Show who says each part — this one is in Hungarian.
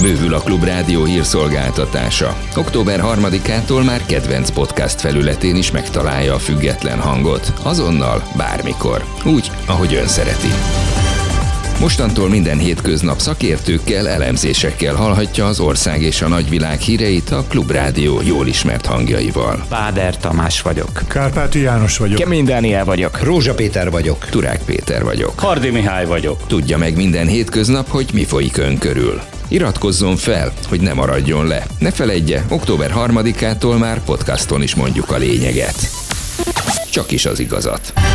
Speaker 1: Bővül a Klubrádió hírszolgáltatása. Október 3-ától már kedvenc podcast felületén is megtalálja a független hangot. Azonnal, bármikor. Úgy, ahogy ön szereti. Mostantól minden hétköznap szakértőkkel, elemzésekkel hallhatja az ország és a nagyvilág híreit a Klubrádió jól ismert hangjaival.
Speaker 2: Páder Tamás vagyok.
Speaker 3: Kárpáti János vagyok.
Speaker 4: Kemény Dániel vagyok.
Speaker 5: Rózsa Péter vagyok.
Speaker 1: Turák Péter vagyok.
Speaker 6: Hardi Mihály vagyok.
Speaker 1: Tudja meg minden hétköznap, hogy mi folyik ön körül. Iratkozzon fel, hogy ne maradjon le. Ne feledje, október 3-ától már podcaston is mondjuk a lényeget. Csak is az igazat.